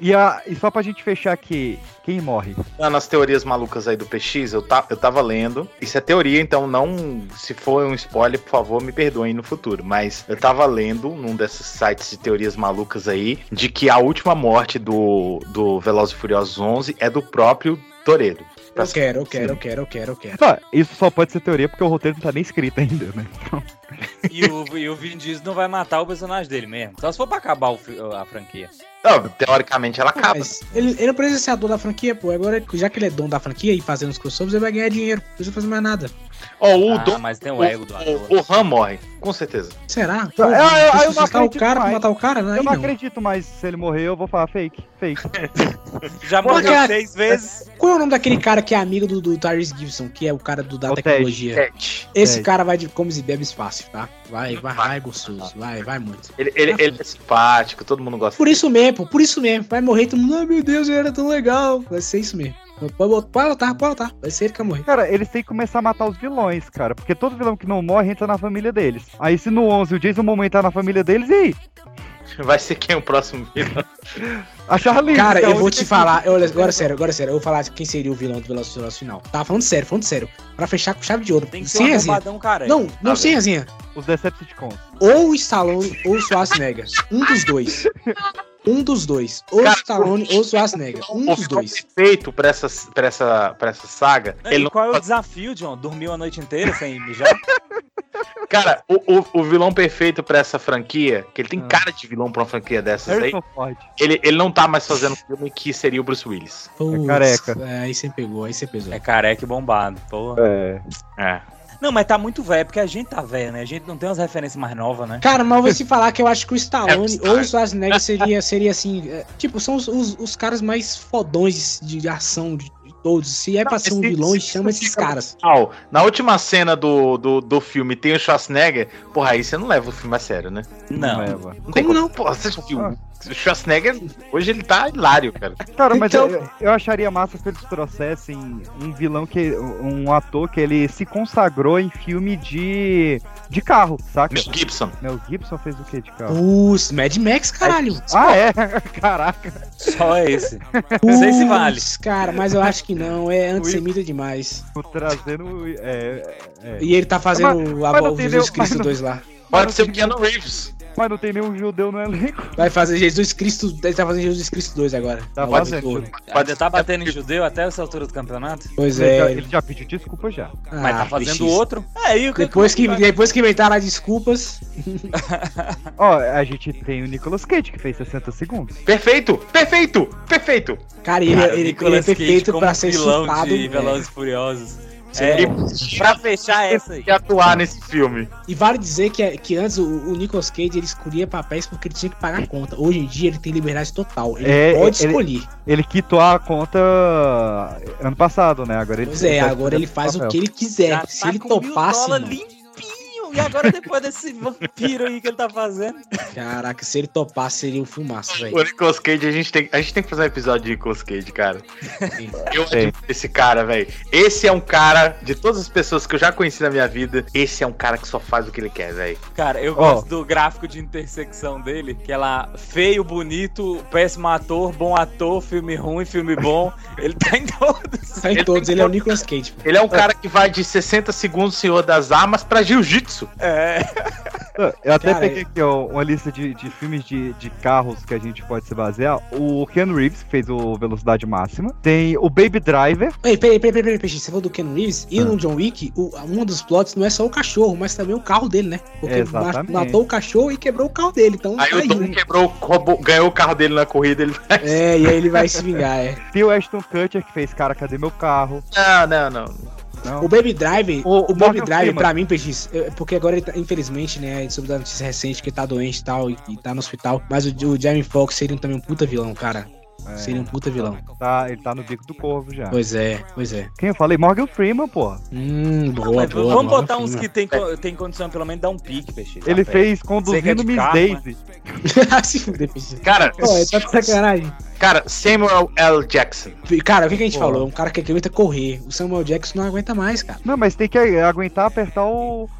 Speaker 7: E, a, e só pra gente fechar aqui, quem morre?
Speaker 9: Ah, nas teorias malucas aí do PX, eu, ta- eu tava lendo. Isso é teoria, então não. Se for um spoiler, por favor, me perdoem no futuro. Mas eu tava lendo num desses sites de teorias malucas aí, de que a última morte do, do Velozes e Furiosos 11 é do próprio Toredo.
Speaker 8: Eu quero, eu quero, eu quero, eu quero, eu quero.
Speaker 7: Ah, isso só pode ser teoria porque o roteiro não tá nem escrito ainda, né?
Speaker 1: E o, e o Vin Diesel não vai matar o personagem dele mesmo. Só se for pra acabar o fi- a franquia.
Speaker 9: Não, teoricamente ela acaba.
Speaker 8: Mas ele, ele não precisa ser a dono da franquia, pô. Agora, já que ele é dono da franquia e fazendo os crossovers, ele vai ganhar dinheiro. Não precisa fazer mais nada.
Speaker 9: Ó, o
Speaker 1: Ah,
Speaker 9: Dom.
Speaker 1: mas tem
Speaker 9: O,
Speaker 1: o ego do ator.
Speaker 9: o, o Han morre, com certeza.
Speaker 8: Será?
Speaker 7: É, Eu- eu- eu não
Speaker 8: matar o
Speaker 7: acredito
Speaker 8: cara, pra
Speaker 7: mais.
Speaker 8: matar o cara, né?
Speaker 7: eu
Speaker 8: Aí
Speaker 7: não,
Speaker 8: não.
Speaker 7: acredito, mas se ele morrer, eu vou falar fake, fake.
Speaker 1: Já
Speaker 8: Porra,
Speaker 1: morreu
Speaker 8: cara.
Speaker 1: seis vezes.
Speaker 8: Qual é o nome daquele cara que é amigo do, do Tyrese Gibson, que é o cara do, da
Speaker 7: O Ted.
Speaker 8: tecnologia?
Speaker 9: Cat.
Speaker 8: Esse
Speaker 7: É.
Speaker 8: cara vai de comes e bebes fácil, tá? Vai, vai, vai, gostoso. Vai, vai muito.
Speaker 9: Ele, ele, ele é simpático, todo mundo gosta
Speaker 8: Por isso mesmo, pô, por isso mesmo. Vai morrer todo mundo. Ai, meu Deus, ele era tão legal. Vai ser isso mesmo. Pode botar, pode botar, pode botar. Vai ser ele que vai morrer.
Speaker 7: Cara, eles têm que começar a matar os vilões, cara. Porque todo vilão que não morre entra na família deles. Aí se no 11 o Jason Momoa entrar na família deles, e aí?
Speaker 9: Vai ser quem o próximo vilão?
Speaker 8: A Charlize. Cara,
Speaker 7: então,
Speaker 8: eu vou te falar. Eu, agora sério, agora sério. Eu vou falar quem seria o vilão do Velociraptor final. Tá falando sério, falando sério. Pra fechar com chave de ouro.
Speaker 1: Tem que ser
Speaker 8: sem
Speaker 1: um
Speaker 8: resenha.
Speaker 1: bombadão, cara.
Speaker 8: assim, Não, não sem resenha.
Speaker 7: Os Decepticons.
Speaker 8: Ou o Stallone ou o Schwarzenegger. Um dos dois. Um dos dois. Ou o
Speaker 9: Cara,
Speaker 8: Stallone ou o Schwarzenegger. Um
Speaker 9: o
Speaker 8: dos
Speaker 9: vilão
Speaker 8: dois.
Speaker 9: perfeito pra essa, pra essa, pra essa saga.
Speaker 1: E
Speaker 9: Ele não
Speaker 1: qual é o desafio, John? Dormiu a noite inteira sem mijar?
Speaker 9: Cara, o, o, o vilão perfeito pra essa franquia, que ele
Speaker 8: Ah.
Speaker 9: tem cara de vilão pra uma franquia dessas aí,
Speaker 7: Harrison Ford.
Speaker 9: ele, ele não tá mais fazendo filme que seria o Bruce Willis.
Speaker 8: Putz,
Speaker 7: careca.
Speaker 8: é, aí você pegou, aí você pesou.
Speaker 1: É careca e bombado, porra.
Speaker 7: É.
Speaker 9: É.
Speaker 1: Não, mas tá muito velho, porque a gente tá velho, né? A gente não tem umas referências mais novas, né?
Speaker 8: Cara, mas eu vou te falar que eu acho que o
Speaker 9: É o
Speaker 8: Stallone
Speaker 9: Stallone.
Speaker 8: ou o Schwarzenegger seria, seria assim. é, tipo, são os, os, os caras mais fodões de, de ação de, de todos. Se é pra ser um
Speaker 9: esse-
Speaker 8: vilão,
Speaker 9: esse-
Speaker 8: chama
Speaker 9: esse
Speaker 8: esses
Speaker 9: cara-
Speaker 8: caras.
Speaker 9: Au, na última cena do, do, do filme tem o Schwarzenegger, porra, aí você não leva o filme a sério, né?
Speaker 1: Não.
Speaker 8: é.
Speaker 7: Eva. Ah,
Speaker 9: Não tem
Speaker 8: Como não? Ah.
Speaker 9: Porra, você viu? O Schwarzenegger, hoje ele tá hilário, cara.
Speaker 7: Cara, mas
Speaker 8: Então-
Speaker 7: eu, eu acharia massa se eles trouxessem um vilão que. um ator que ele se consagrou em filme de. de carro, saca?
Speaker 9: Mel Gibson.
Speaker 7: Mel Gibson fez o que de carro?
Speaker 8: Os Mad Max, caralho.
Speaker 7: Ah, é? Caraca.
Speaker 1: Só esse. Não sei se vale.
Speaker 8: Putz, Cara, mas eu acho que não. É antissemita demais.
Speaker 7: Tô Trazendo. É, é.
Speaker 8: E ele tá fazendo a
Speaker 7: mas
Speaker 8: vo-
Speaker 7: não tem
Speaker 8: Jesus
Speaker 7: nem-
Speaker 8: Cristo
Speaker 7: mas não-
Speaker 8: 2 lá.
Speaker 9: Pode ser o Keanu Reeves.
Speaker 7: Mas não tem nenhum judeu no elenco.
Speaker 8: Vai fazer Jesus Cristo. Ele tá fazendo Jesus Cristo 2 agora.
Speaker 7: Tá
Speaker 8: Na
Speaker 7: fazendo.
Speaker 8: Orbe Tour.
Speaker 1: Pode tá batendo em judeu até essa altura do campeonato?
Speaker 8: Pois
Speaker 7: Ele já-
Speaker 8: é.
Speaker 7: Ele já pediu desculpa já.
Speaker 1: Mas
Speaker 8: Ah,
Speaker 1: tá fazendo
Speaker 8: bichice.
Speaker 1: outro? É, e o que
Speaker 8: Depois que, depois que inventaram as desculpas.
Speaker 7: Ó, a gente tem o Nicolas Cage que fez 60 segundos.
Speaker 9: Perfeito, perfeito, perfeito.
Speaker 8: Cara, ele,
Speaker 1: Cara,
Speaker 8: ele, ele é
Speaker 1: Nicolas Cage
Speaker 8: perfeito
Speaker 1: como
Speaker 8: pra ser
Speaker 1: vilão
Speaker 8: chutado.
Speaker 1: de
Speaker 8: é.
Speaker 1: Velozes e Furiosos.
Speaker 8: Sim.
Speaker 1: É, pra fechar essa aí.
Speaker 9: E atuar nesse filme.
Speaker 8: E vale dizer que, é- que antes o, o Nicolas Cage ele escolhia papéis porque ele tinha que pagar a conta. Hoje em dia ele tem liberdade total. Ele
Speaker 7: É,
Speaker 8: pode
Speaker 7: ele-
Speaker 8: escolher.
Speaker 7: Ele quitou a conta ano passado, né? Agora ele.
Speaker 8: Pois é,
Speaker 7: tá
Speaker 8: agora ele faz o
Speaker 7: papel.
Speaker 8: que ele
Speaker 1: Já
Speaker 8: quiser. É, Se
Speaker 1: tá
Speaker 8: ele
Speaker 1: com mil
Speaker 8: topasse.
Speaker 1: dólar
Speaker 8: mano,
Speaker 1: limpinho. E agora depois desse vampiro aí que ele tá fazendo.
Speaker 8: Caraca, se ele topasse, seria um filmaço, velho.
Speaker 9: O Nicolas Cage, a gente, tem, a gente tem que fazer um episódio de Nicolas Cage, cara.
Speaker 8: Sim.
Speaker 9: Eu admiro esse cara, velho. Esse é um cara, de todas as pessoas que eu já conheci na minha vida, esse é um cara que só faz o que ele quer, velho.
Speaker 1: Cara, eu
Speaker 7: Ó.
Speaker 1: gosto do gráfico de intersecção dele, que é lá, feio, bonito, péssimo ator, bom ator, filme ruim, filme bom. Ele tá em todos.
Speaker 8: Tá em
Speaker 9: ele
Speaker 8: todos,
Speaker 9: tem
Speaker 8: ele é o
Speaker 9: todo-
Speaker 8: Nicolas Cage. pô.
Speaker 9: Ele é um cara que vai de 60 segundos Senhor das Armas pra Jiu-Jitsu.
Speaker 1: É.
Speaker 7: Eu até
Speaker 8: Cara,
Speaker 7: peguei aqui ó, uma lista de, de filmes de, de carros que a gente pode se basear. O Ken Reeves, que fez o Velocidade Máxima. Tem o Baby Driver.
Speaker 8: Ei, peraí, peraí, peraí, peraí, peraí, você falou do Ken Reeves e
Speaker 7: Ah.
Speaker 8: no John Wick, o, um dos plots não é só o cachorro, mas também o carro dele, né? Porque ma-
Speaker 7: Exatamente.
Speaker 8: matou o cachorro e quebrou o carro dele. Então
Speaker 9: Aí
Speaker 8: tá
Speaker 9: o Dom
Speaker 8: né?
Speaker 9: quebrou, roubou- ganhou o carro dele na corrida. Ele vai.
Speaker 8: É, e aí ele vai se vingar, é.
Speaker 7: Tem o Ashton Kutcher, que fez Cara, Cadê Meu Carro?
Speaker 9: Não, não, não.
Speaker 7: Não.
Speaker 8: O Baby Driver,
Speaker 7: O-
Speaker 8: o,
Speaker 7: o
Speaker 8: Baby
Speaker 7: Morgan
Speaker 8: Driver,
Speaker 7: Freeman.
Speaker 8: pra mim, PX, é- é porque agora ele tá, infelizmente, né, sobre a notícia recente que ele tá doente e tal, e, e tá no hospital, mas o, o Jamie Foxx seria também um puta vilão, cara.
Speaker 7: É,
Speaker 8: Seria um puta vilão.
Speaker 7: tá, ele tá no bico do corvo já.
Speaker 8: Pois é, pois é.
Speaker 7: Quem eu falei? Morgan Freeman, pô.
Speaker 8: Hum, boa,
Speaker 1: Mas
Speaker 8: boa.
Speaker 1: vamos
Speaker 8: boa,
Speaker 1: botar uns
Speaker 8: fina.
Speaker 1: que tem, co- tem condição pelo menos de dar um pique, peixe.
Speaker 7: Ele
Speaker 1: Tá,
Speaker 7: fez
Speaker 1: Seca
Speaker 7: Conduzindo
Speaker 1: de
Speaker 7: Miss
Speaker 1: carro,
Speaker 7: Daisy.
Speaker 8: Ah, Se fuder, PX.
Speaker 9: Cara,
Speaker 8: Pô, ele tá de sacanagem.
Speaker 9: cara, Samuel L. Jackson.
Speaker 8: Cara, o que, que a gente
Speaker 7: Porra.
Speaker 8: falou? Um cara que aguenta correr. O Samuel Jackson não aguenta mais, cara.
Speaker 7: Não, mas tem que aguentar apertar o...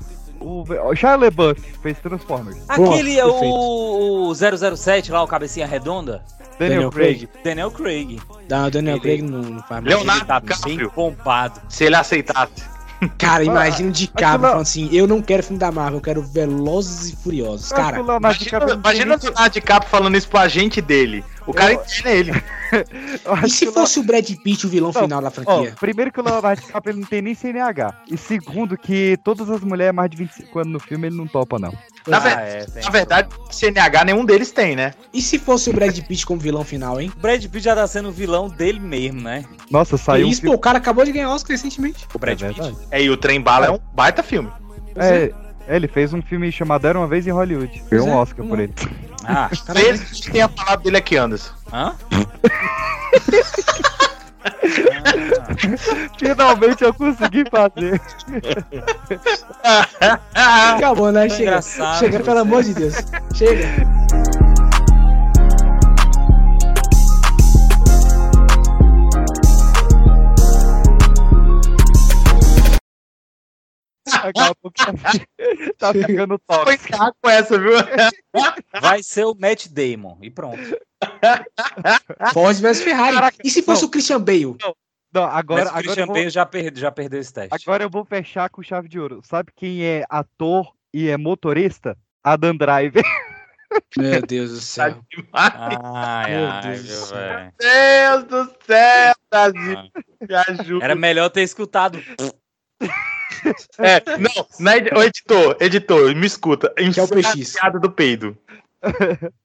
Speaker 7: O, o Shia LaBeouf fez Transformers.
Speaker 1: Aquele, é
Speaker 8: Pronto,
Speaker 1: o, o 007 lá, o cabecinha redonda.
Speaker 7: Daniel,
Speaker 8: Daniel
Speaker 7: Craig.
Speaker 1: Daniel Craig.
Speaker 8: Não, o Daniel
Speaker 1: Ele-
Speaker 8: Craig não, não faz mais.
Speaker 9: Leonardo
Speaker 1: Ele tá bem
Speaker 9: DiCaprio.
Speaker 1: pompado.
Speaker 9: Se ele aceitasse.
Speaker 8: Cara, imagina de
Speaker 7: aquilo
Speaker 8: cabo
Speaker 7: lá-
Speaker 8: falando assim: eu não quero filme da Marvel, eu quero Velozes e Furiosos.
Speaker 7: Eu acho que
Speaker 8: Cara,
Speaker 7: o Leonardo
Speaker 9: Imagina,
Speaker 7: DiCaprio não tem
Speaker 9: imagina o Leonardo DiCaprio falando isso pro agente dele. O cara entende ele.
Speaker 7: nem- eu acho
Speaker 8: e se
Speaker 7: que o
Speaker 8: fosse o Brad Pitt o vilão
Speaker 7: Não,
Speaker 8: final da
Speaker 7: Ó,
Speaker 8: franquia?
Speaker 7: primeiro que o Leonardo DiCaprio ele não tem nem CNH. E segundo que todas as mulheres mais de 25 anos no filme ele não topa, não.
Speaker 9: Na,
Speaker 8: Ah,
Speaker 9: ver-
Speaker 1: é, tem
Speaker 9: na verdade, CNH nenhum deles tem, né?
Speaker 8: E se fosse o Brad Pitt como vilão final, hein?
Speaker 1: O Brad Pitt já tá sendo o vilão dele mesmo, né?
Speaker 7: Nossa, saiu
Speaker 8: e
Speaker 7: um
Speaker 8: isso, pô,
Speaker 7: filme...
Speaker 8: o cara acabou de ganhar Oscar recentemente.
Speaker 1: O Brad
Speaker 7: É
Speaker 1: Pitt.
Speaker 7: verdade.
Speaker 9: É, e o Trem Bala é um baita filme.
Speaker 7: É, é, ele fez um filme chamado Era Uma Vez em Hollywood. Ganhou um
Speaker 8: é,
Speaker 7: Oscar
Speaker 8: vamos
Speaker 7: por
Speaker 8: lá.
Speaker 7: ele.
Speaker 1: Ah,
Speaker 8: Caralho.
Speaker 9: Talvez a gente tenha falado dele aqui, Anderson.
Speaker 1: hã?
Speaker 7: Finalmente eu consegui fazer.
Speaker 8: Acabou, né? Chega.
Speaker 1: engraçado
Speaker 8: Chega, pelo
Speaker 1: você.
Speaker 8: amor de Deus. Chega.
Speaker 7: Daqui a pouco tá ficando top.
Speaker 9: Foi caco essa, viu?
Speaker 1: Ah, Vai ser o Matt Damon e pronto.
Speaker 8: Ford versus Ferrari. e se fosse o Christian Bale? Não.
Speaker 7: Não, agora,
Speaker 1: Mas o
Speaker 7: agora,
Speaker 1: Christian
Speaker 7: eu vou,
Speaker 1: Bale já, perde, já perdeu esse teste.
Speaker 7: agora eu vou fechar com chave de ouro. Sabe quem é ator e é motorista? Adam Driver.
Speaker 8: Meu Deus do céu.
Speaker 1: Ai,
Speaker 8: Meu
Speaker 1: ai,
Speaker 8: Deus
Speaker 1: viu,
Speaker 8: do céu.
Speaker 1: velho.
Speaker 9: Deus do céu, Brasil. Me ajuda.
Speaker 1: Era melhor ter escutado.
Speaker 9: É, não, na, ed- ô, editor, editor, me escuta.
Speaker 8: Que é o
Speaker 9: Insere a
Speaker 8: PX.
Speaker 9: piada do peido.